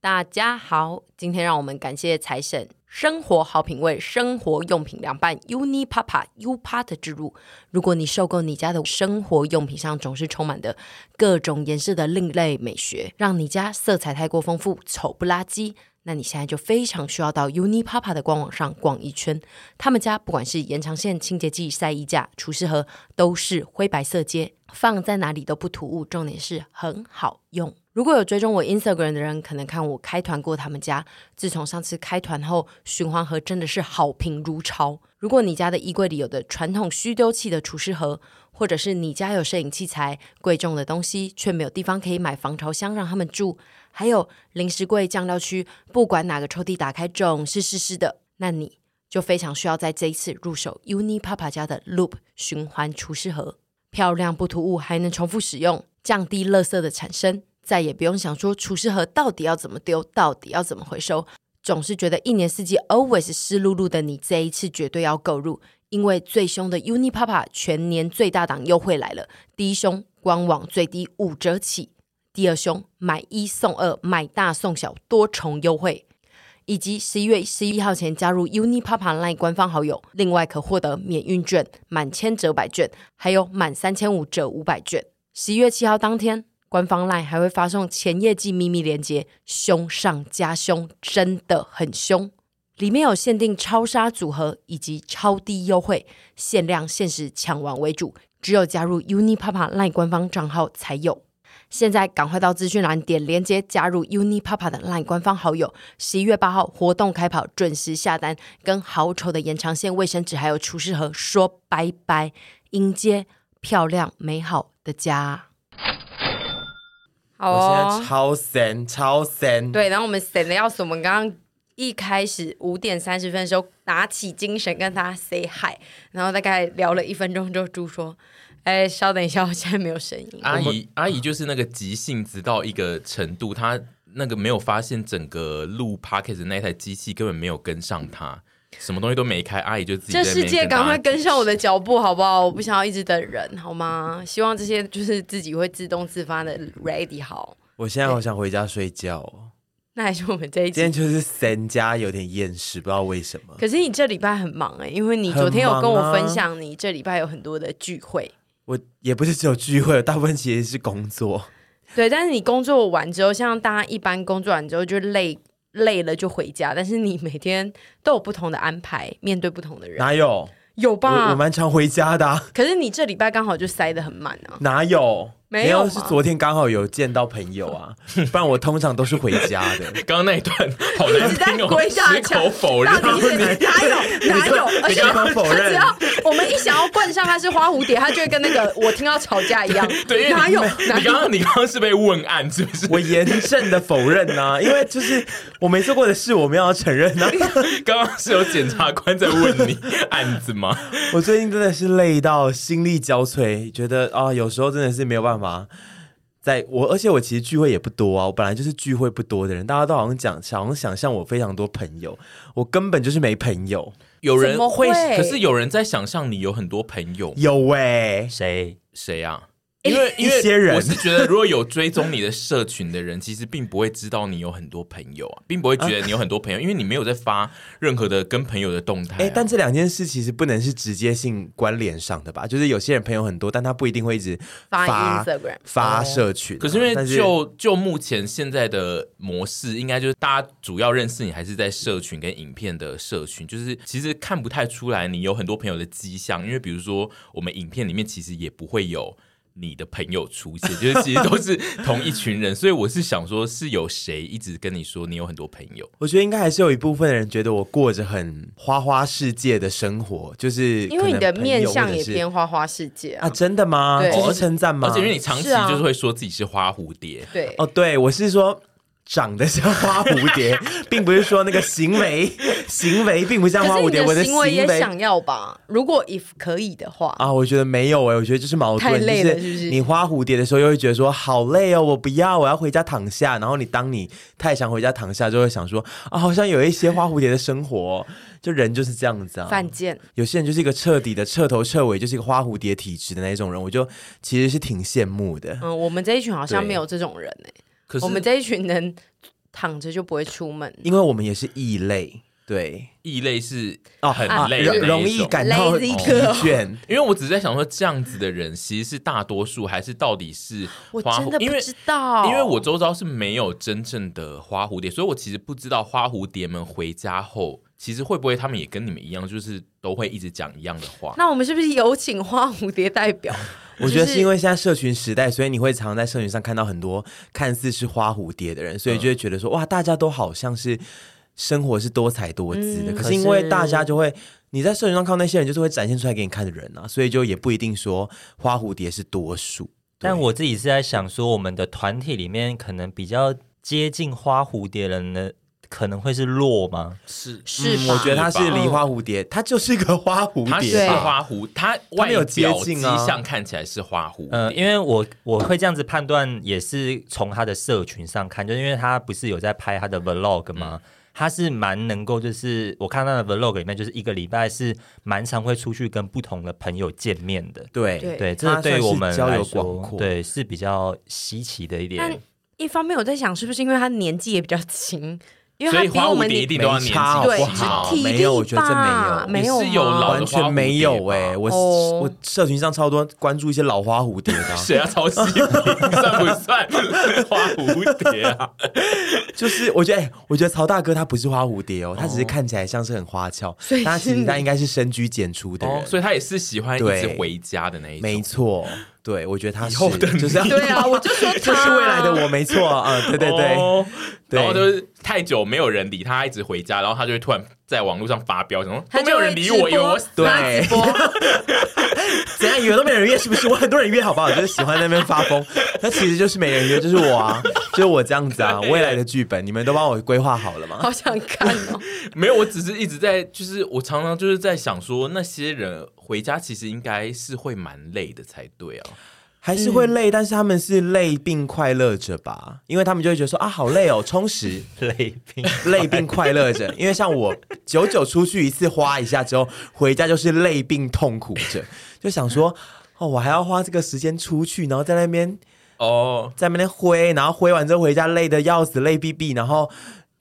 大家好，今天让我们感谢财神生活好品味生活用品凉拌 Uni Papa U Part 之入。如果你受够你家的生活用品上总是充满的各种颜色的另类美学，让你家色彩太过丰富，丑不拉几。那你现在就非常需要到 Uni Papa 的官网上逛一圈，他们家不管是延长线清洁剂、晒衣架、除湿盒，都是灰白色阶，放在哪里都不突兀，重点是很好用。如果有追踪我 Instagram 的人，可能看我开团过他们家。自从上次开团后，循环盒真的是好评如潮。如果你家的衣柜里有的传统虚丢弃的除湿盒，或者是你家有摄影器材、贵重的东西，却没有地方可以买防潮箱让他们住，还有零食柜、酱料区，不管哪个抽屉打开总是湿湿的，那你就非常需要在这一次入手 Uni Papa 家的 Loop 循环除湿盒，漂亮不突兀，还能重复使用，降低垃圾的产生，再也不用想说除湿盒到底要怎么丢，到底要怎么回收。总是觉得一年四季 always 湿漉漉的你，这一次绝对要购入，因为最凶的 Uni Papa 全年最大档优惠来了，第一凶官网最低五折起，第二凶买一送二，买大送小多重优惠，以及十一月十一号前加入 Uni Papa Line 官方好友，另外可获得免运券，满千折百券，还有满三千五折五百券。十一月七号当天，官方 LINE 还会发送前业绩秘密链接，凶上加凶，真的很凶。里面有限定超杀组合以及超低优惠，限量限时抢完为主，只有加入 Uni Papa LINE 官方账号才有。现在赶快到资讯栏点连接加入 Uni Papa 的 LINE 官方好友。十一月八号活动开跑，准时下单，跟好丑的延长线卫生纸还有厨师盒说拜拜，迎接漂亮美好的家。好我现哦在，超神，超神。，对，然后我们省的要死，我们刚刚。一开始五点三十分的时候，打起精神跟他 say hi，然后大概聊了一分钟之后，猪说：“哎，稍等一下，我现在没有声音。阿姨，阿姨就是那个急性子到一个程度，她那个没有发现整个录 podcast 的那台机器根本没有跟上她，什么东西都没开，阿姨就自己在这那边世界跟她赶快跟上我的脚步，好不好？我不想要一直等人，好吗？希望这些就是自己会自动自发的 ready 好。我现在好想回家睡觉、哦。那还是我们这一集今天。就是神家有点厌世，不知道为什么。可是你这礼拜很忙哎、因为你昨天有跟我分享，你这礼拜有很多的聚会，我也不是只有聚会，大部分其实是工作。对。但是你工作完之后，像大家一般工作完之后就累累了就回家，但是你每天都有不同的安排，面对不同的人，哪有？有我我吧？蛮常回家的啊、可是你这礼拜刚好就塞得很满 啊。哪有？没有吗是昨天刚好有见到朋友啊，不然我通常都是回家的。 刚刚那一段好难一直在听哦，鬼 打矢墙口否认 到。底是哪有哪有？而且你刚刚否认只要我们一想要冠上他是花蝴蝶，他就会跟那个我听到吵架一 样。对，因为哪你有哪你刚有？刚你刚刚是被问案是不是？我严正的否认呐、因为就是我没做过的事，我们要承认啊呐、 刚刚是有检察官在问你案 子吗？ 我最近真的是累到心力交瘁，觉得啊、有时候真的是没有办法。在我，而且我其实聚会也不多啊，我本来就是聚会不多的人，大家都好像讲，好像想象我非常多朋友，我根本就是没朋友。有人怎么会可是有人在想象你有很多朋友，有欸喂、谁？谁啊？因为 因一些为人我是觉得，如果有追踪你的社群的人，其实并不会知道你有很多朋友啊，并不会觉得你有很多朋友，因为你没有在发任何的跟朋友的动态、啊。哎、但这两件事其实不能是直接性关联上的吧？就是有些人朋友很多，但他不一定会一直发发 Instagram 发社群啊、哦可是因为但就就目前现在的模式，应该就是大家主要认识你还是在社群跟影片的社群，就是其实看不太出来你有很多朋友的迹象，因为比如说我们影片里面其实也不会有。你的朋友出 现，就是其实都是同一群人，所以我是想说，是有谁一直跟你说你有很多朋 友？我觉得应该还是有一部分人觉得我过着很花花世界的生活，就是因为你的可能朋友面相或也者是偏花花世界啊，啊。真的吗？对这是称赞吗？而且因为你长期是啊就是会说自己是花蝴蝶，对，哦，对我是说。长得像花蝴 蝶，并不是说那个行为， 行为并不像花可是蝴你蝶。的我的行为也行为想要吧？如果 if 可以的话，啊，我觉得没有哎、我觉得就是矛盾，太累了就是不是你花蝴蝶的时候，又会觉得说好累哦，我不要，我要回家躺下。然后你当你太想回家躺下，就会想说啊，好像有一些花蝴蝶的生活，就人就是这样子啊。犯贱。有些人就是一个彻底的彻头彻尾就是一个花蝴蝶体质的那一种人，我就其实是挺羡慕的。 嗯，我们这一群好像对没有这种人哎。可是我们这一群人躺着就不会出门，因为我们也是异类，对，异类是哦，很啊累的容那一容易种感到疲 Lazy girl 倦。因为我只是在想说，这样子的人其实是大多数，还是到底是我花真的因不为知道，因为我周遭是没有真正的花蝴蝶，所以我其实不知道花蝴蝶们回家后，其实会不会他们也跟你们一样，就是都会一直讲一样的话。那我们是不是有请花蝴蝶代表？ 我觉得就是因为现在社群时代，所以你会常在社群上看到很多看似是花蝴蝶的人，所以就会觉得说，哇，大家都好像是生活是多彩多姿的。嗯可可是因为是大家就会你在社群上看到那些人，就是会展现出来给你看的人啊，所以就也不一定说花蝴蝶是多数。但我自己是在想说，我们的团体里面可能比较接近花蝴蝶人的，可能会是洛吗？是是吧嗯我觉得他是吧梨花蝴蝶，他就是个花蝴它蝶是吧。花蝴，它他外们有表接迹近啊象看起来是花蝴呃，蝶，因为我我会这样子判断，也是从他的社群上看，就是因为他不是有在拍他的 vlog 吗？嗯他是蛮能够，就是我看他的 vlog 里面，就是一个礼拜是蛮常会出去跟不同的朋友见面的。对对对，这他个对于算是我们交来友广说阔，对是比较稀奇的一但 点。一方面我在想，是不是因为他年纪也比较轻，因为所他以比花我蝴们蝶年一定都要没年纪差好对不不是好体力没有我觉得这吧没没有你是有吗老完的全没有哎、花我、哦我社群上超多关注一些老花蝴 蝶的啊、谁要抄袭你？ 算不算花蝴 蝶啊？就是我觉得，哎、我觉得曹大哥他不是花蝴蝶哦，他只是看起来像是很花俏，所以是但他其实他应该是深居简出的人，哦，所以他也是喜欢一直对回家的那一种。没错，对我觉得他是以后的你就是要 对啊，我就说他就是未来的我，没错啊，嗯对对对，哦对然后就是太久没有人理他，他一直回家，然后他就会突然在网络上发飙，什么他都没有就会人理直我，以为播我对他直播怎样约都没人约，是不是？我很多人约，好不好？就是喜欢在那边发 疯，那其实就是没人约，就是我啊，就是我这样子啊，未来的剧本你们都帮我规划好了吗？好想看 哦。没有，我只是一直在，就是我常常就是在想说，那些人回家其实应该是会蛮累的才对啊。还是嗯会累，但是他们是累并快乐着吧，因为他们就会觉得说啊，好累哦，充 实。类病，累并快乐着，因为像我久久出去一次花一下之后，回家就是累并痛苦着，就想说哦，我还要花这个时间出去，然后在那边哦，在那边挥，然后挥完之后回家累得要死，累逼逼，然后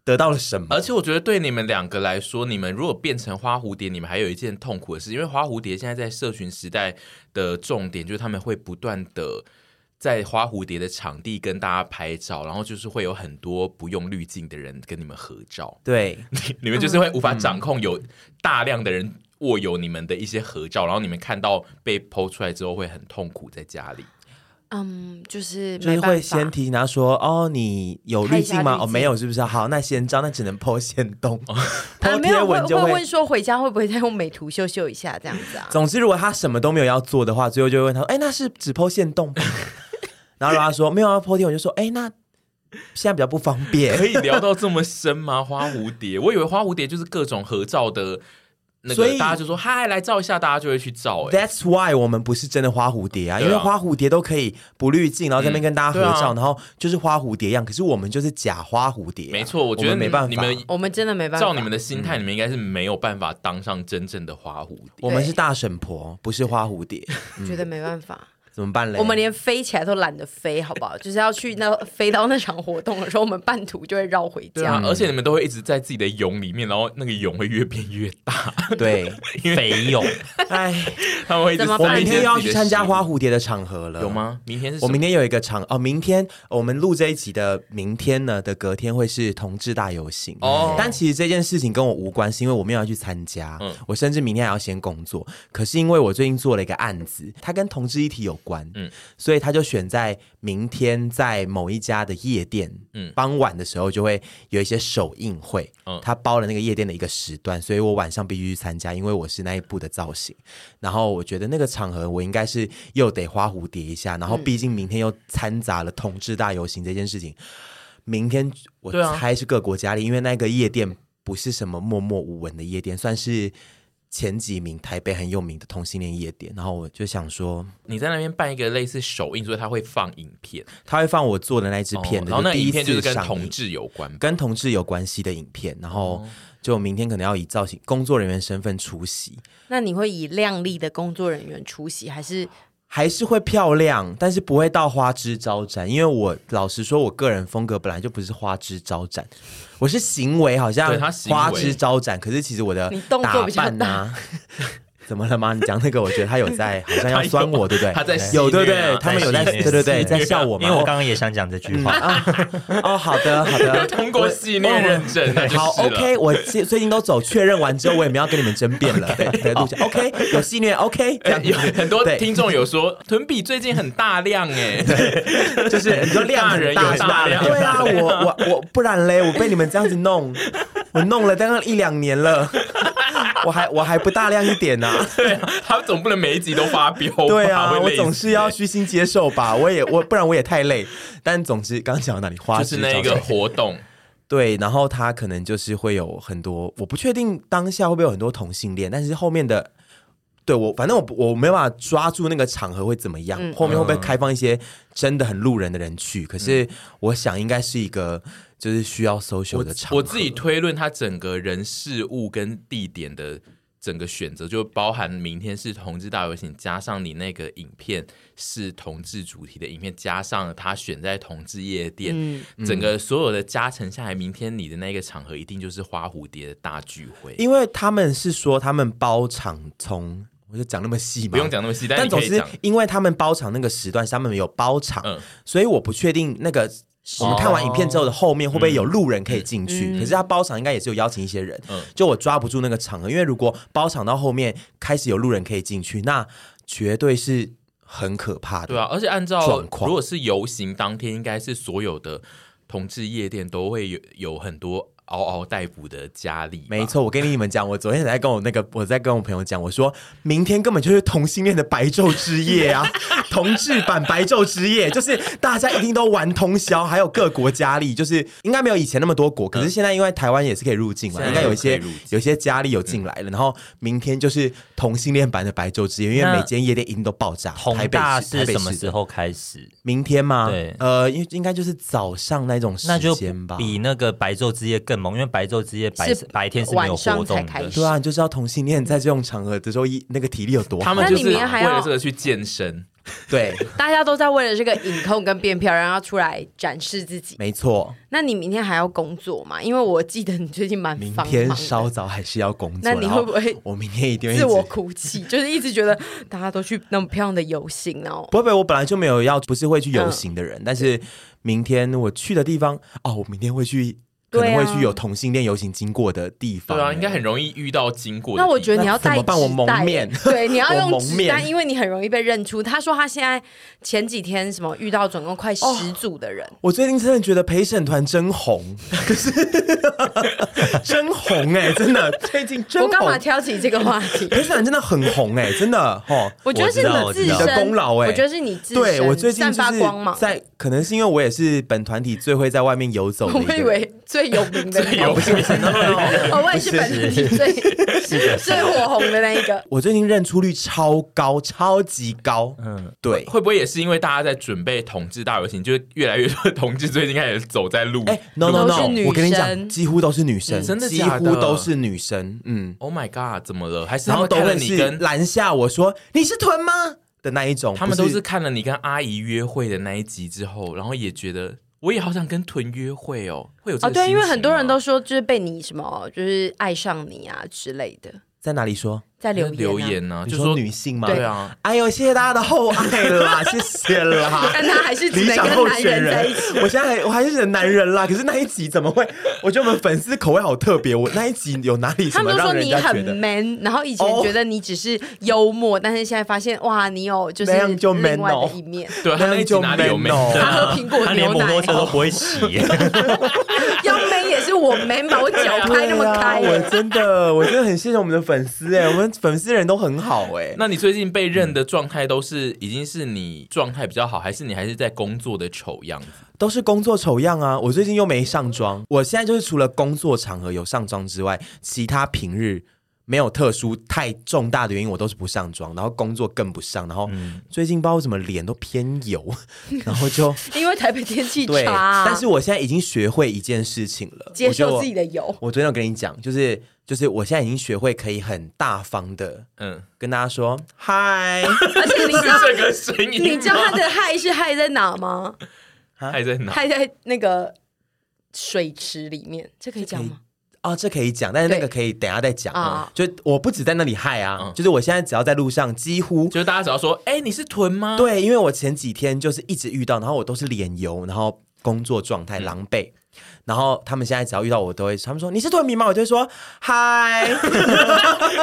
得到了什么？呃而且我觉得对你们两个来说，你们如果变成花蝴蝶，你们还有一件痛苦的事，因为花蝴蝶现在在社群时代的重点就是他们会不断的。在花蝴蝶的场地跟大家拍照，然后就是会有很多不用滤镜的人跟你们合 照，对，你们就是会无法掌控有大量的人握有你们的一些合照，然后你们看到被剖出来之后会很痛苦，在家里。嗯，就是就是没办会法先提醒他说：“哦，你有滤看一镜下滤吗？镜哦，没有，是不是？好，那先照，那只能剖线动， 啊，剖没 贴有会文就会问说回家会不会再用美图秀秀一下这样子啊？总之，如果他什么都没有要做的话，最后就会问他说：“哎、那是只剖线动吧？” 然后如果他说没有要剖贴，我就说：“哎、那现在比较不方便。” 可以聊到这么深吗？ 花蝴蝶，我以为花蝴蝶就是各种合照的那所个，以大家就说嗨，来照一下，大家就会去照、哎， That's why 我们不是真的花蝴蝶啊，对啊因为花蝴蝶都可以不滤镜，然后在那边跟大家合嗯对照，啊然后就是花蝴蝶一样。可是我们就是假花蝴蝶啊、没错，我觉得们没嗯办法，你们我们真的没办法。照你们的心态，你们应该是没有办法当上真正的花蝴蝶。我们是大婶婆，不是花蝴蝶，觉得没办法，怎么办嘞？我们连飞起来都懒得飞，好 不好？就是要去那飞到那场活动的时候，我们半途就会绕回对家嗯啊。，而且你们都会一直在自己的蛹里面，然后那个蛹会越变越大，对， 肥勇，哎， 他们会一直怎么我办塞明一些天又要自己去的参加食物花蝴蝶的场合了，有？吗？明天是什我么明天有一个场哦，明天我们录这一集的明天呢的隔天会是同志大游行哦哦，但其实这件事情跟我无关，是因为我没有要去参加，嗯我甚至明天还要先工作。可是因为我最近做了一个案子，它跟同志议题有关，嗯嗯，所以他就选在明天在某一家的夜店，嗯嗯，傍晚的时候就会有一些首映会，嗯嗯，他包了那个夜店的一个时段，所以我晚上必须去参加，因为我是那一部的造型。然后我觉得那个场合我应该是又得花蝴蝶一下，然后毕竟明天又掺杂了同志大游行这件事情。明天我对啊猜是各国佳丽，因为那个夜店不是什么默默无闻的夜店，算是前几名台北很有名的同性恋夜店。然后我就想说，你在那边办一个类似首映，所以他会放影片，他会放我做的那一支片哦的，然后那第一影片就是次跟上同映志哦有 关吧。跟同志有关系的影片，然后就明天可能要以造型工作人员身份出席，那你会以靓丽的工作人员出席，还是还是会漂亮，但是不会到花枝招展。因为我老实说，我个人风格本来就不是花枝招展，我是行为好像对他行为花枝招展，可是其实我的你动作打比较扮 啊。怎么了吗？你讲那个，我觉得他有在，好像要他有酸我，对不对？他在戏有，对不虐啊对？他们有在，在戏虐对对对，在笑我 因吗？为我刚刚也想讲这句嗯话。啊，哦，好的，好 的，通过系列认证，那就是好了，OK，我最最近都走确认完之后，我也没有要跟你们争辩 了。对，对，录下 OK，有戏虐 OK，这哎样有很多对听众有说， 臀比最近很大量哎， 就是你说量大人很有大是大吧量对啊，我我我不然嘞，我被你们这样子弄， 我弄了大概一两年了， 我还我还不大量一点呢、对啊， 他总不能每一集都发飙吧，对 啊，会我累总死欸是要虚心接受吧，我也我不然我也太累。但总之，刚刚讲到哪里花就枝是招那展，一个活动，对，然后他可能就是会有很多，我不确定当下会不会有很多同性恋，但是后面的，对我反正我不我没办法抓住那个场合会怎么样，后面会不嗯会开放一些真的很路人的人去？可是我想应该是一个就是需要 social 我的场合，我自己推论，他整个人事物跟地点的整个选择，就包含明天是同志大游行，加上你那个影片是同志主题的影片，加上他选在同志夜店，嗯整个所有的加成下来，明天你的那个场合一定就是花蝴蝶的大聚会，因为他们是说他们包场从，我就讲那么细嘛，不用讲那么细，但你总可以之讲，，因为他们包场那个时段，他们有包场，嗯哦所以我不确定那个我们看完影片之后的后面会不会有路人可以进去。可是他包场应该也是有邀请一些人，嗯就我抓不住那个场合，因为如果包场到后面开始有路人可以进去，那绝对是很可怕的。对啊，而且按照状况如果是游行当天，应该是所有的同志夜店都会有有很多嗷嗷待哺的佳丽吧，没错，我跟你们讲，我昨天才跟我那个，我在跟我朋友讲，我说明天根本就是同性恋的白昼之夜啊，同志版白昼之夜，就是大家一定都玩通宵，还有各国佳丽，就是应该没有以前那么多国，可是现在因为台湾也是可以入境嘛，现在应该有一也些可以入境有一些佳丽有进来了，然后明天就是同性恋版的白昼之夜，因为那每间夜店一定都爆炸。台宏北大市台是北什么市时候开始？明天吗？对呃，因为应该就是早上那种时那就间吧。比那个白昼之夜更猛，因为白昼之夜白是白天是没有活晚上才动开的始。对啊，你就知道同性恋在这种场合的时候，一那个体力有多好。他们那就你是为明天还要了这个去健身，对，大家都在为了这个影控跟变漂亮，要出来展示自己。没错，那你明天还要工作吗？因为我记得你最近蛮明繁天忙稍的，早还是要工作。那你会不会然后我明天一定会一直自我哭泣，就是一直觉得大家都去那么漂亮的游行，然后不会，不会我本来就没有要，不是会去嗯游行的人，但是明天我去的地方，哦，我明天会去，可能对啊会去有同性恋游行经过的地方。欸对啊，应该很容易遇到经过的那地方。我觉得你要带那怎么办我纸蒙袋面 对，你要我用蒙纸面袋，因为你很容易被认出。他说他现在前几天什么遇到总共快十哦组的人，我最近真的觉得陪审团真 红，可是真红哎、真 的，最近真我干嘛红。？挑起这个话题 陪审团真的很红哎、真的哦。我觉得是我你知自道身你我知道的功劳欸我觉得是你自身对我最散近就发是光芒。在，可能是因为我也是本团体最会在外面游走的一我个以人。为最有名的那有个， 哦我也是本身是最 最火红的那一 个。我最近认出率超高，超级高。嗯嗯，对。会不会也是因为大家在准备同志大游行，就是越来越多的同志最近开始走在路？哎、n o no 都是 no，女生我跟你讲，几乎都是女生，嗯真的几假的乎都是女生，嗯， o h？Oh my god，怎么了？还是然他后们都看了会你是跟拦下我说你是臀吗的那一种，他们都不是看了你跟阿姨约会的那一集之后，然后也觉得我也好想跟臀约会哦，会有这哦，个对，因为很多人都心说就是被你什么，就是爱上你啊之类的，在在哪里说？在情留吗言、啊、留言呢、你就说女性吗？对对啊，哎呦，谢谢大家的厚爱啦， 谢 谢啦。但他还是只理能想跟候男选人在人一起。，我现在还我还是忍男人啦。可是那一集怎么会？我觉得我们粉丝口味好特别。我那一集有哪里什他么们都说让人你家觉很得？ man，然后以前哦觉得你只是幽默，但是现在发现哇，你有就是 那样就另 man 外哦的一面。 对啊他那一集就哪里有 man 没？哦他喝苹果啊他连牛摩奶托车都不 会骑，要 man 也是我 man 吧，我脚拍那么开 对啊我耶。真的，我真的很谢谢我们的粉丝哎、我们粉丝人都很好哎、 那你最近被认的状态都是已经是你状态比较好，还是你还是在工作的丑样子？都是工作丑样啊！我最近又没上妆，我现在就是除了工作场合有上妆之外，其他平日没有特殊太重大的原因，我都是不上妆，然后工作更不上，然后最近不知道为什么脸都偏油， 然 后就因为台北天气对，差啊，但是我现在已经学会一件事情了，接我觉得受我自己的油，我昨天有跟你讲，就是就是我现在已经学会可以很大方的嗯，跟大家说嗨，而且你是知 道 这个声音吗，你知道他的害是害在哪吗？还在哪？害在那个水池里面，这可以讲吗？哦，这可以讲，但是那个可以等一下再讲啊。就我不止在那里嗨啊，嗯就是我现在只要在路上，几乎就是大家只要说，哎，你是臀吗？，对，因为我前几天就是一直遇到，然后我都是脸油，然后工作状态狼狈。然后他们现在只要遇到我，都会他们说你是臀迷吗？我就会说嗨，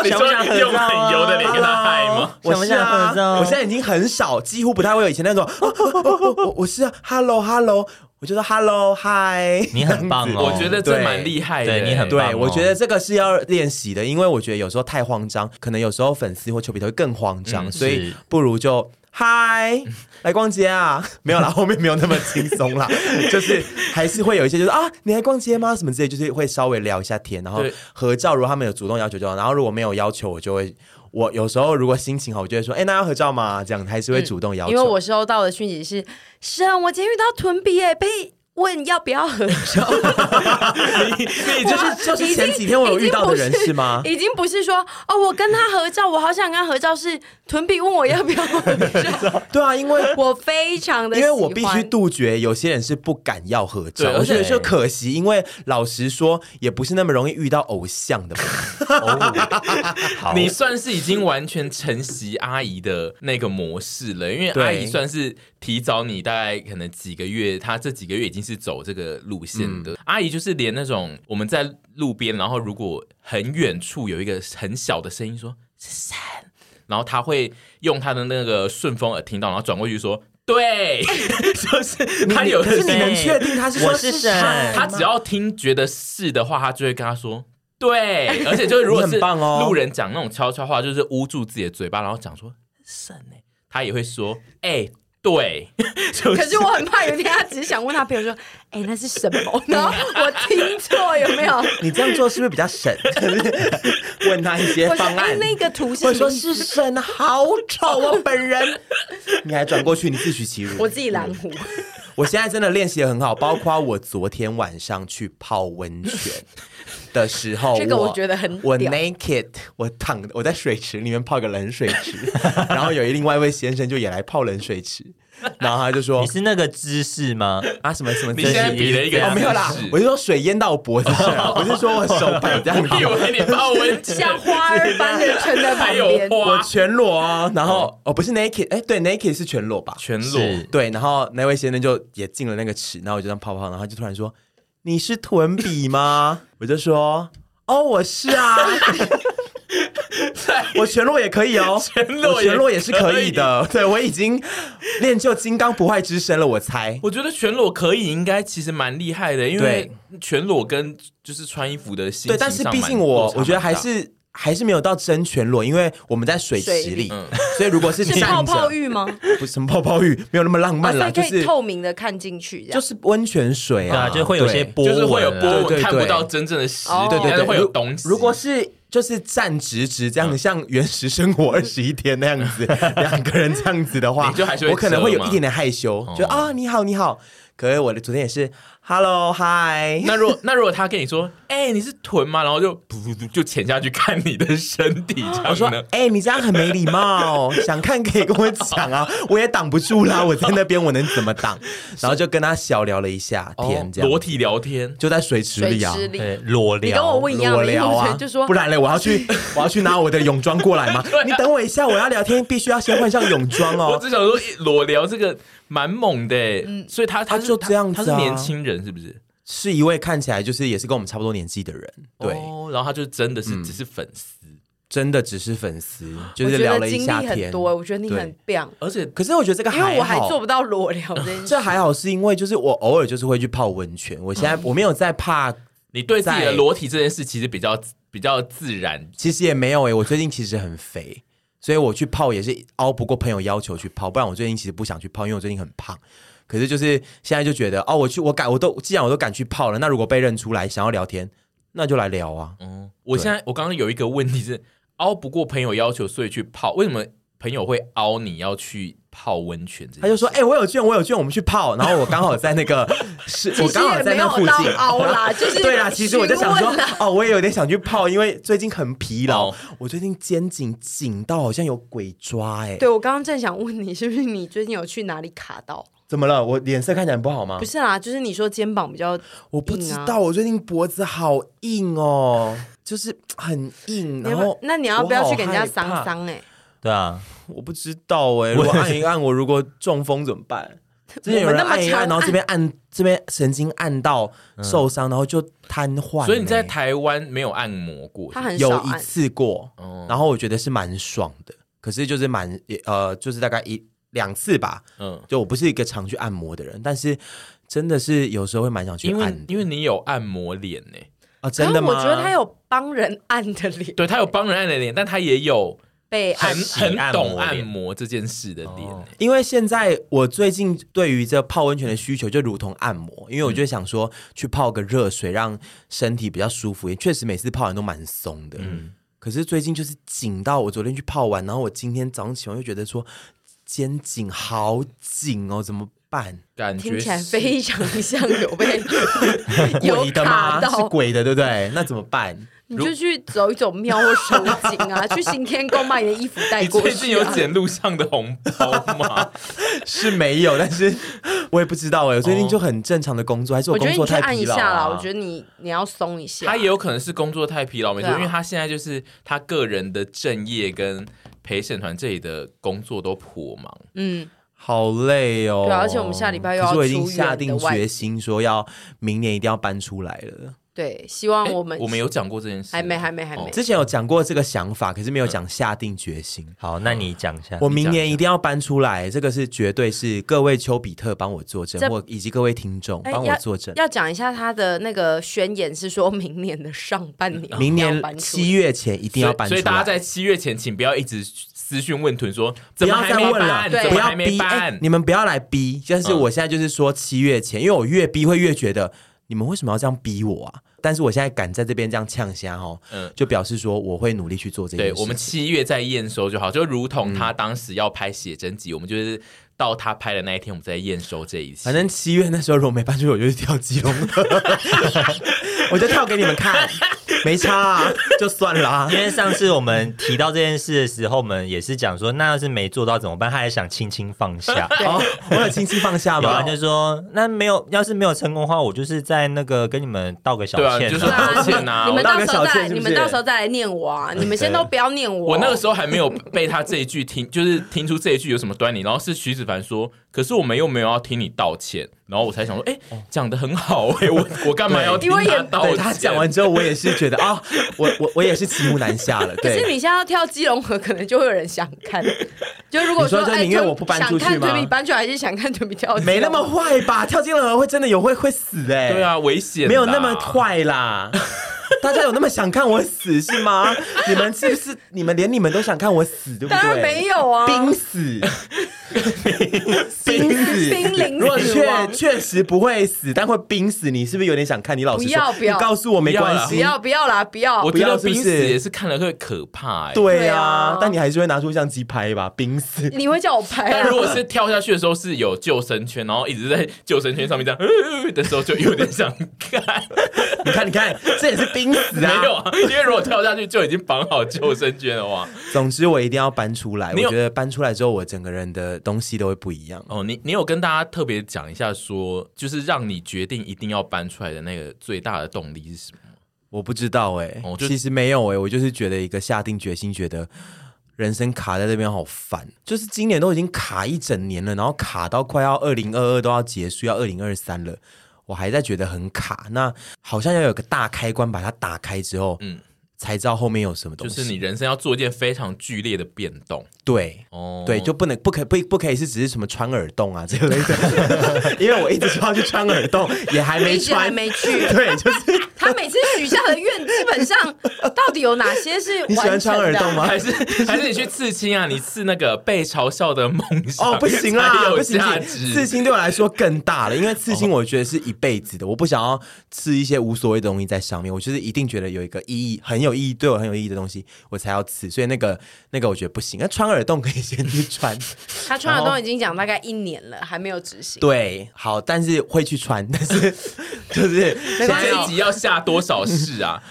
你想不想说合用照很啊油的脸跟他嗨吗？我想不是想啊合照我现在已经很少，几乎不太会有以前那种， 哦哦哦哦我我是 hello hello，我就说 hello hi，你很棒我哦觉得这对蛮厉害的，对你很棒对，哦我觉得这个是要练习的，因为我觉得有时候太慌张，可能有时候粉丝或丘比特会更慌张，嗯所以是不如就嗨，来逛街啊！没有啦，后面没有那么轻松 啦，就是还是会有一些就是啊，你来逛街吗？什么之类，就是会稍微聊一下天，然后对合照，如果他们有主动要求就好，然后如果没有要求，我就会。我有时候如果心情好，我就会说，哎、那要合照吗？这样还是会主动要嗯求。因为我收到的讯息是，是啊，我今天遇到臀比耶，被问要不要合照，你就是就是前几天我有遇到的人是吗？已经不是说哦，我跟他合照，我好想跟他合照，是臀比问我要不要 合照，对啊，因为我非常的，因为我必须。杜绝有些人是不敢要合照，对我觉得而且就可惜，因为老实说，也不是那么容易遇到偶像的嘛。 好，你算是已经完全承袭阿姨的那个模式了，因为对阿姨算是提早你大概可能几个月，她这几个月已经是走这个路线嗯的。阿姨就是连那种我们在路边，然后如果很远处有一个很小的声音说“是山”，然后她会用她的那个顺风耳听到，然后转过去说。对， 就是她有可是你对能确定他是说我是神他他只要听觉得是的话，他就会跟他说对，而且就是如果你是很棒哦路人讲那种悄悄话，就是捂住自己的嘴巴，然后讲说神呢、他也会说哎、对，可是我很怕有一天，他只是想问他朋友说：“哎、那是什么？” 然后我听错有没有？你这样做是不是比较 省？就是问他一些我说：“方哎、案，那个图或是者什么说是神好丑哦，本 人。你还转过去，你自取其辱。我自己蓝湖，我现在真的练习的很好，包括我昨天晚上去泡温泉的时 候，这个我我觉得很我屌 naked，我躺我在水池里面泡个冷水池， 然后有一另外一位先生就也来泡冷水池，然后他就说你是那个姿 势吗？啊什么什么你真现在是比了一个哦没有啦姿势，我是说水淹到我脖子上，啊我是说我手摆 这样子，以为你泡温泉，像花儿般的撑在旁还有边。花我全裸啊，然后哦不是 naked，哎对 naked 是全裸吧？全裸，是对，然后那位先生就也进了那个池，然后我就这样泡泡，然后他就突然说：“你是臀比吗？” 我就说：“哦，我是 啊， 我全裸也可以哦，全裸我也全裸也是可可以以的。 对我已经练就金刚不坏之身了，我猜。我觉得全裸可以，应该其实蛮厉害的，因为全裸跟就是穿衣服的心对，情但是上毕蛮竟我落差我觉得蛮还大是还是没有到真全裸，因为我们在水水池里里，所以如 果 是是泡站着泡，浴 吗？不是什么泡泡浴，没有那么浪啊，漫所啦，以就可以是透明的看进去，这就样。是温泉水对啊，啊，就会有对些波纹就啊，是会有波对纹，对看不对到真正的实体哦，对对但是对，会有如东西。嗯如果是就是站直直这样，像原始生活二十一天那样 子，两个人这样子的话，你就还是会我可能会有遮吗一点点害羞，哦就啊你好你好。可是我的昨天也是，Hello Hi，那如果那如果他跟你说，哎、你是臀吗？然后就 噗噗噗就潜下去看你的身体，这我说样呢？哎、你这样很没礼 貌，想看可以跟我讲啊，我也挡不住啦，我在那边我能怎么挡？然后就跟他小聊了一下天，这样哦裸体聊天，就在水池水里啊。池里，对裸你跟我聊。问一样裸的，因为聊我觉啊得， 就说啊不然嘞，我 要去，我要去拿我的泳装过来吗？你等我一下，我要聊天，必须要先换上泳装哦。我只想说裸聊这个蛮猛的、欸嗯所以他他啊是就这样子他啊他是年轻人是不是？是一位看起来就是也是跟我们差不多年纪的人，对，嗯哦然后他就真的是、只是粉丝，真的只是粉丝，就我是觉聊得了一经下历很天。多，我觉得你很棒，而且可是我觉得这个因为我还好做不到裸聊这件事。这还好是因为就是我偶尔就是会去泡温泉，我现在嗯我没有在怕，你对自己的在裸体这件事其实比较比较自然。其实也没有诶、欸我最近其实很肥。所以我去泡也是熬不过朋友要求去泡，不然我最近其实不想去泡，因为我最近很胖。可是就是现在就觉得哦，我去我敢，我都既然我都敢去泡了，那如果被认出来想要聊天，那就来聊啊。嗯，我现在我刚刚有一个问题是，凹不过朋友要求，所以去泡，为什么朋友会凹你要去泡温泉这件事？他就说：“哎、我有券，我有券，我们去泡。”然后我刚好在那 个，是其我实刚好也在没那有附到近。凹 啦，就是对啊啦，其实我就想说询问啦，啊哦，我也有点想去泡，因为最近很疲劳，哦我最近肩颈紧到好像有鬼抓、哎，对我刚刚正想问你，是不是你最近有去哪里卡到？怎么了？我脸色看起来很不好吗不？是啦，就是你说肩膀比较我不知硬啊道，我最近脖子好硬哦，就是很硬。你要然不要后那你要不要去给人家我好害桑怕？桑？哎，对啊，我不知道哎、如果按一按，我如果中风怎么办？ 之前有我们人那么按一按，常然后这按边 按这边神经按到受伤，然后就瘫痪、所以你在欸台湾没有按摩过，他很少有一按。次过，哦然后我觉得是蛮爽的，可是就是蛮也呃，就是大概一两次吧。嗯，就我不是一个常去按摩的人，但是真的是有时候会蛮想去因为按的因为你有按摩脸呢、啊，真的可吗？是我觉得他有帮人按的脸对他有帮人按的脸，但他也有被很按，洗很按摩懂脸按摩这件事的脸、欸。因为现在我最近对于这泡温泉的需求就如同按摩，因为我就想说去泡个热水，让身体比较舒服一点。确实每次泡完都蛮松的，嗯可是最近就是紧到我昨天去泡完，然后我今天早上起床就觉得说肩颈好紧哦，怎么办？感觉听起来是非常像有 被有鬼卡的吗？是到，鬼的，对不对？那怎么办？你就去走一走庙或收紧啊，去行天宫把你的衣服带你过最近去有啊。捡路上的红包 吗？是没有，但是 我也不知道哎、我最近就很正常的工作，还是我觉工得你作去太按一疲劳、下啦，啊？我觉得你你要松一下。他也有可能是工作太疲劳，没错，对啊因为他现在就是他个人的正业跟陪审团这里的工作都颇忙。嗯，好累哦！对而且我们下礼拜又要可是我已经出远下定的外决心说要明年一定要搬出来了。对，希望哎诶我们我们有讲过这件事吗，呃还没还没还没哦之前有讲过这个想法，可是没有讲下定决心。嗯好，那你讲一下，我明年你一定要搬出来，这个是绝对是各位丘比特帮我作证这，或以及各位听众哎帮我要作证。要讲一下他的那个宣言是说明年的上半年，明年七七，月前一定要搬出所以来，所以大家在七月前，请不要一直私讯问屯说不怎么要还再没问了，办，对怎不么要还没逼、哎办，你们不要来逼。但是嗯我现在就是说七月前，因为我越逼会越觉得你们为什么要这样逼我啊？但是我现在敢在这边这样呛虾哦，嗯就表示说我会努力去做这件对事。嗯我们七月再验收就好，就如同他当时要拍写真集，我们就是到他拍的那一天，我们再验收这一期。反正七月那时候如果没搬出去，我就去跳基 隆河，我就跳给你们看，没差、啊、就算了、啊因。为上次我们提到这件事的时候，我们也是讲说，那要是没做到怎么办？他还想轻轻放 下，哦，我有亲戚放下有啊，吗？就说那没有，要是没有成功的话，我就是在那个跟你们道个小对啊歉、你就对说啊道歉啊你们我当到个时候小再来，妾是不是你们到时候再来念我啊！你们先都不要念我。我那个时候还没有被他这一句听，就是听出这一句有什么端倪，然后是徐子凡说，可是我们又没有要听你道歉，然后我才想说，哎、讲的很好哎、我我干嘛要听因为他也道哦对歉？他讲完之后，我也是 觉得啊、我我我也是骑虎难下了。可是对，你现在要跳基隆河，可能就会有人想 看。就如果你说就哎，宁愿就我不搬想出去看吗腿比搬出来，还是想看腿比跳基隆？没那么坏吧？跳进了河会真的有会会死哎、对，啊，危险啦，没有那么坏 啦。大家有那么想看我死是吗？你们是不是你们连你们都想看我死对不对？ 当然没有啊，濒 死，濒濒死，濒临如果死确亡。确实不会死，但会濒死，你是不是有点想看？你老实不说，要不要你告诉我没关不系。要不要啦，不要！我不觉得要是不是濒死也是看了会可怕哎、对对啊啊，但你还是会拿出相机拍吧，濒死。 你会叫我拍啊但？如果是跳下去的时候是有救生圈，然后一直在救生圈上面这样、呃、的时候，就有点想看。你看，你看，这也是濒死啊。 没有，啊，因为如果跳下去就已经绑好救生圈了哇。总之我一定要搬出来。我你有觉得搬出来之后，我整个人的东西都会不一样。 哦，你你有跟大家特别讲一下说，就是让你决定一定要搬出来的那个最大的动力是什么？我不知道哎哦，就其实没有哎，我就是觉得一个下定决心，觉得。人生卡在这边好烦，就是今年都已经卡一整年了，然后卡到快要二零二二都要结束，要二零二三了，我还在觉得很卡。那好像要有个大开关把它打开之后，嗯嗯，才知道后面有什么东就西。是你人生要做一件非常剧烈的变动对，哦。对，就不能不可不不可以是只是什么穿耳洞啊之类的， 因为我一直说要去穿耳洞，也还 没一直穿，还没去 对，就是他每次许下的愿，基本上到底有哪些是 你喜欢穿啊耳洞吗？？还是 还是你去刺青啊？你刺那个被嘲笑的梦想哦，不行啦 才，有不行，价不值哦行刺青对我来说更大了，因为刺青我觉得是一辈子的，我不想要刺一些无所谓的东西在上面，我就是一定觉得有一个意义，很有意义，对我很有意义的东西，我才要刺，所以那个那个我觉得不行，那穿耳洞可以先去 穿，他穿耳洞已经讲大概一年了，还没有执行。对，好，但是会去穿，但是 就是那那这个一集要下多少事啊？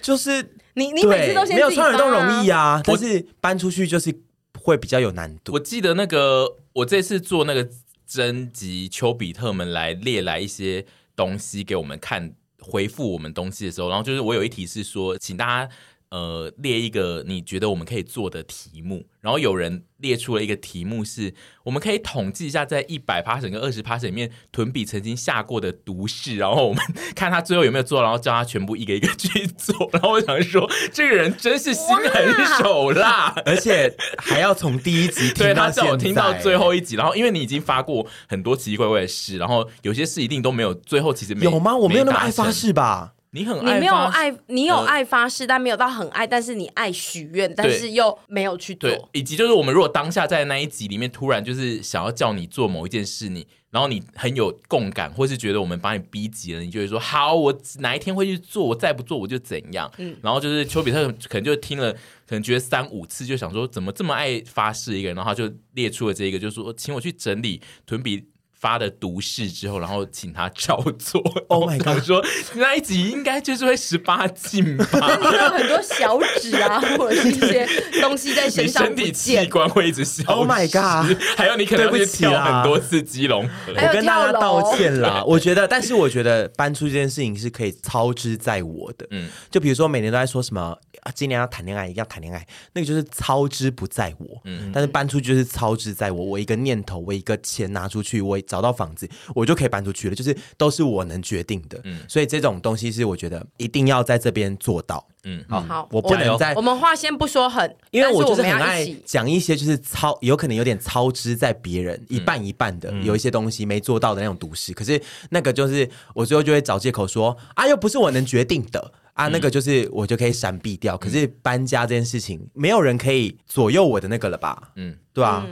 就是你你对每次都先没有自己穿耳洞发啊容易啊，我但是搬出去就是会比较有难度我。记得那个我这次做那个征集丘比特们来列来一些东西给我们看，回复我们东西的时候，然后就是我有一题是说，请大家。呃，列一个你觉得我们可以做的题目，然后有人列出了一个题目是，我们可以统计一下在一百 p a 跟二十 p a 里面，屯比曾经下过的毒誓，然后我们看他最后有没有做，然后叫他全部一个一个去做。然后我想说，这个人真是心狠手辣，而且还要从第一集 对听他到叫我现听到在最后一集，然后因为你已经发过很多奇奇怪怪的事，然后有些事一定都没有，最后其实没有吗？我没有那么爱发达成，誓吧？你很你爱没有发誓，爱，你有呃爱发誓，但没有到很爱，但是你爱许愿，但是又没有去对做，。以及就是我们如果当下在那一集里面突然就是想要叫你做某一件事，你然后你很有共感，或是觉得我们把你逼急了，你就会说好，我哪一天会去做，我再不做我就怎样。嗯然后就是丘比特可能就听了，可能觉得三五次就想说怎么这么爱发誓一个人，然后他就列出了这一个，就说请我去整理屯比。发的毒誓之后，然后请他照做。 Oh my god 然后我说那一集应该就是会十八禁吧？ 你有很多小指啊，或者是一些东西在你身上身不体器见。官会一直消失。 Oh my god 还有你可能要对去不起跳啦很多次基隆河。 还有我跟大跳家楼道歉啦， 我觉得，但是我觉得搬出这件事情是可以操之在我的。嗯嗯，就比如说每年都在说什么啊，今年要谈恋爱，一定要谈恋爱，那个就是操之不在我。嗯，但是搬出去就是操之在我，我一个念头，我一个钱拿出去，我找到房子，我就可以搬出去了，就是都是我能决定的。嗯，所以这种东西是我觉得一定要在这边做到。嗯嗯，好我不加油能在我们话先不说狠，因为但我我就是们很要爱一起。讲一些就是操，有可能有点操之在别人一半一半的，有一些东西没做到的那种毒誓。可是那个就是我最后就会找借口说啊，又不是我能决定的啊，那个就是我就可以闪避掉。可是搬家这件事情，没有人可以左右我的那个了吧？嗯，对吧、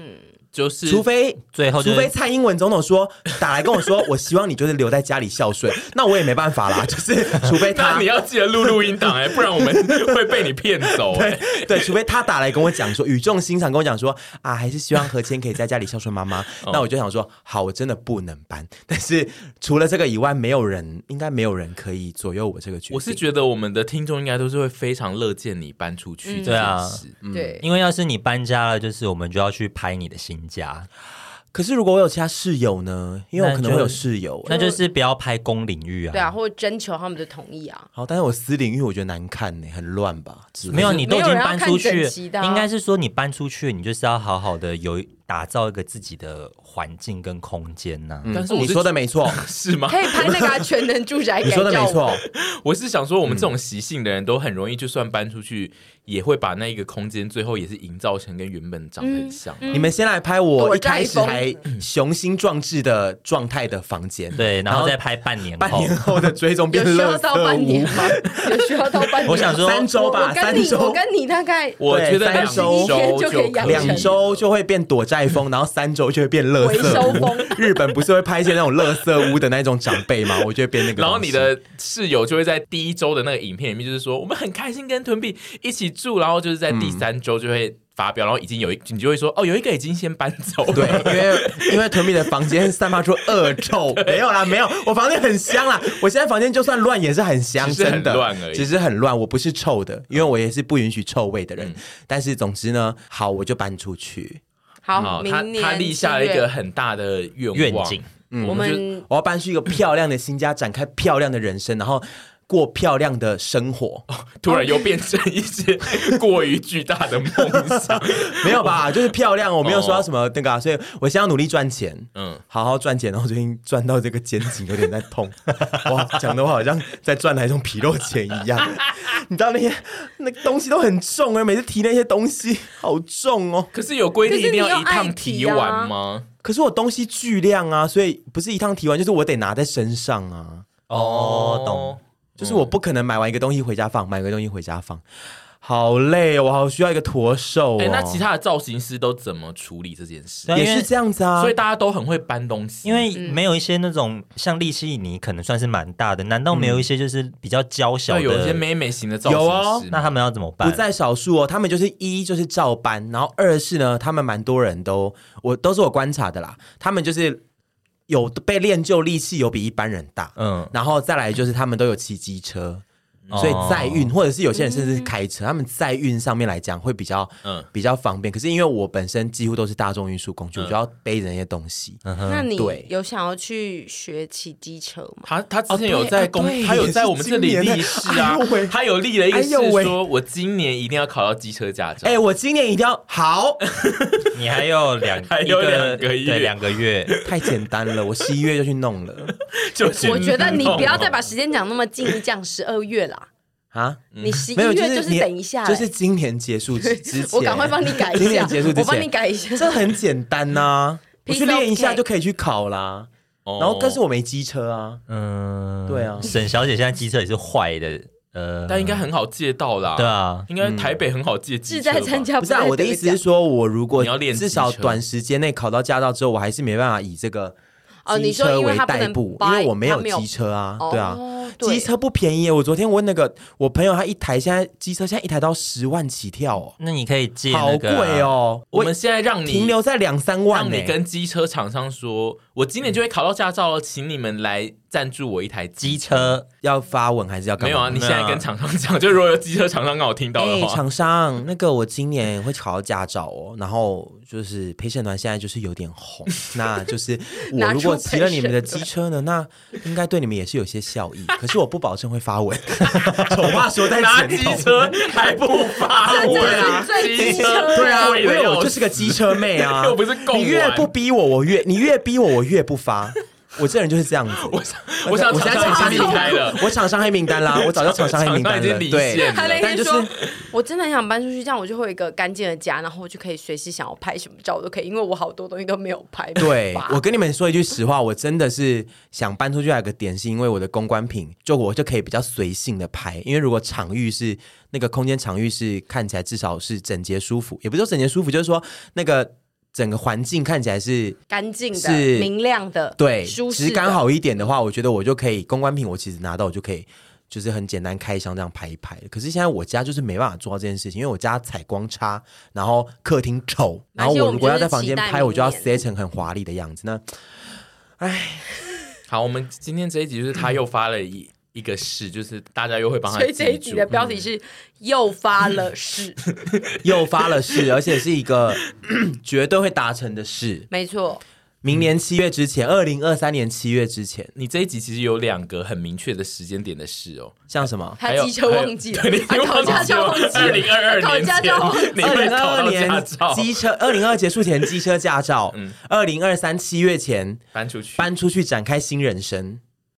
就是除非。最后就除是非蔡英文总统说打来跟我说，我希望你就是留在家里孝顺，那我也没办法啦。就是除非那他你要记得录录音档哎、不然我们会被你骗走哎、 对，除非他打来跟我讲说，语重心长跟我讲说啊，还是希望何谦可以在家里孝顺妈妈。那我就想说，好，我真的不能搬。但是除了这个以外，没有人，应该没有人可以左右我这个决定。 我是觉得我们的听众应该都是会非常乐见你搬出去嗯这对啊件事。对，嗯因为要是你搬家了，就是我们就要去拍你的新家，可是如果我有其他室友呢？因为我可能会有室友、欸那就是不要拍公领域啊。对啊，，或者征求他们的同意 啊。好，但是我私领域我觉得难看呢、很乱吧？之类的没有你都已经搬出没有人要看去整齐的，啊应该是说你搬出去，你就是要好好的有打造一个自己的环境跟空间呐、但是我你是说的没错，是吗？可以拍那个啊全能住宅 你改说的造没错我，。我是想说，我们这种习性的人都很容易，就算搬出去，也会把那一个空间最后也是营造成跟原本长得很像。 你们先来拍嗯躲我一在开始风还雄心壮志的状态的房间，对，然后再拍半年半后。年后的追踪变 有需要垃到圾半屋年。吗？ 有需要到半年吗？我想说三周吧我三跟你，周我跟你大概我觉得对两三一周周就天就可以养以成两周就会变躲债风，然后三周就会变乐回收色风屋。日本不是会拍一些那种乐色屋的那种长辈吗？我就会变那个东西。然后你的室友就会在第一周的那个影片里面，就是说我们很开心跟屯比一起住，然后就是在第三周就会发表，然后已经有一你就会说哦，有一个已经先搬走了，哦对，因为因为屯比的房间散发出恶臭，没有啦，没有，我房间很香啦。我现在房间就算乱也是很香，只是很真的乱而已只是很乱，我不是臭的，因为我也是不允许臭味的人。嗯但是总之呢，好，我就搬出去，好，好，明哦他年嗯他立下了一个很大的愿望愿景，我们我要搬去一个漂亮的新家，展开漂亮的人生，然后过漂亮的生活。突然又变成一些过于巨大的梦想。 没有吧？就是漂亮，我没有说到什么那个、啊，所以我现在要努力赚钱，哦嗯嗯，好好赚钱。然后最近赚到这个肩颈有点在痛， 哇，讲的我好像在赚哪一种皮肉钱一 样。你知道那些那东西都很重哎、每次提那些东西好重哦。可是有规定可一是你定又要一趟爱提提啊完吗？可是我东西巨量啊，所以不是一趟提完，就是我得拿在身上啊。哦，懂。就是我不可能买完一个东西回家放，买个东西回家放，好累哦，我好需要一个驼兽哦。哎、那其他的造型师都怎么处理这件事？对也是这样子啊，所以大家都很会搬东西，因为没有一些那种像利希尼可能算是蛮大的，难道没有一些就是比较娇小对的？有一些妹妹型的造型有哦师，那他们要怎么办？不在少数哦，他们就是一就是照搬，然后二是呢，他们蛮多人都我都是我观察的啦，他们就是有被练就力气有比一般人大，嗯，然后再来就是他们都有骑机车，所以载运或者是有些人甚至是开车，他们载运上面来讲会比较嗯比较方便。可是因为我本身几乎都是大众运输工具，嗯我就要背着那些东西，那你嗯对有想要去学骑机车吗？他他之前哦有对在啊公，对他有在我们也是这里今年立的誓啊哎呦喂，他有立了一个誓哎呦，喂说我今年一定要考到机车驾照哎、。我今年一定要好，你还有两 还有一两个月对两个月，太简单了，我十一月就去弄了就嗯我觉得你不要再把把时间讲那么近，你讲十二月啦，啊。你十一没有，就月是是你等一下欸，就是今年结束之之前，我赶快帮你改一今下，年结束之前我帮你改一下。 这很简 单呐、我 Piece 去练一 of 下 cake 就可以去考啦。哦然后，但是我没机车啊，嗯，对啊沈小姐现在机车也是坏的，呃，但应该很好借到啦。对，啊，应该嗯台北很好借机志车吧。在参加，不是啊。在我的得意思是奖说，我如果你要练机车至少短时间内考到驾照之后，我还是没办法以这个哦你机说车因为为它不代能步， buy，因为我没有它没有机车啊，哦对啊。对机车不便宜耶，我昨天问那个我朋友，他一台现在机车现在一台都要十万起跳哦，那你可以借好那个啊贵，哦。我们现在让你停留在两三万让呢你，跟机车厂商说，我今年就会考到驾照了，请你们来赞助我一台机机。车要发文还是要干嘛？没有啊，你现在没有啊跟厂商讲，就如果有机车厂商刚好听到哎，的话，厂商，那个我今年会考到驾照哦，然后就是陪审团现在就是有点 红，那就是我拿如出果骑了你们的陪审团机车呢，那应该对你们也是有些效 益，可是我不保证会发文，丑话说在拿前机头。车还不发这我真的啊是最机机车对啊，贵因得为我要，就是个机车妹啊 又不是贡丸你越不逼我，我越你越逼我，我越不发。我这人就是这样子，我死 我想我现在厂厂商商黑已经名离开单了， 我厂商黑名单啦，我早就厂商黑名单厂商了，已经离对线，他那但天就是说，我真的很想搬出去，这样我就会有一个干净的家，然后我就可以随时想要拍什么照我都可以，因为我好多东西都没有 拍。没对有发我跟你们说一句实话，我真的是想搬出去还有个点，是因为我的公关品，就我就可以比较随性的拍，因为如果场域是那个空间场域是看起来至少是整洁舒服，也不是说整洁舒服，就是说那个整个环境看起来是干净的、是明亮的、对舒适质的感。好一点的话，我觉得我就可以公关品，我其实拿到我就可以。就是很简单开箱这样拍一拍，可是现在我家就是没办法做到这件事情，因为我家采光差，然后客厅丑，没关然后系我如果要在我房们就是间期待拍，我就要明年塞成很华丽的样子。那好，我们今天这一集就是他又发 了一一个誓，就是大家又会帮他所以这一记集住的标题是“又发了誓又发了誓，而且是一个 绝对会达成的事”，。没错，明年七月之前，二零二三年七月之前，你这一集其实有两个很明确的时间点的事哦，像什么？他有机车忘记了，啊对，你他考驾照忘记二零了，二二考年驾前照忘记 你二会零考二到二驾年照，嗯机车，二零二结束前机车驾照，二零二三七月前搬出去，搬出去展开新人生。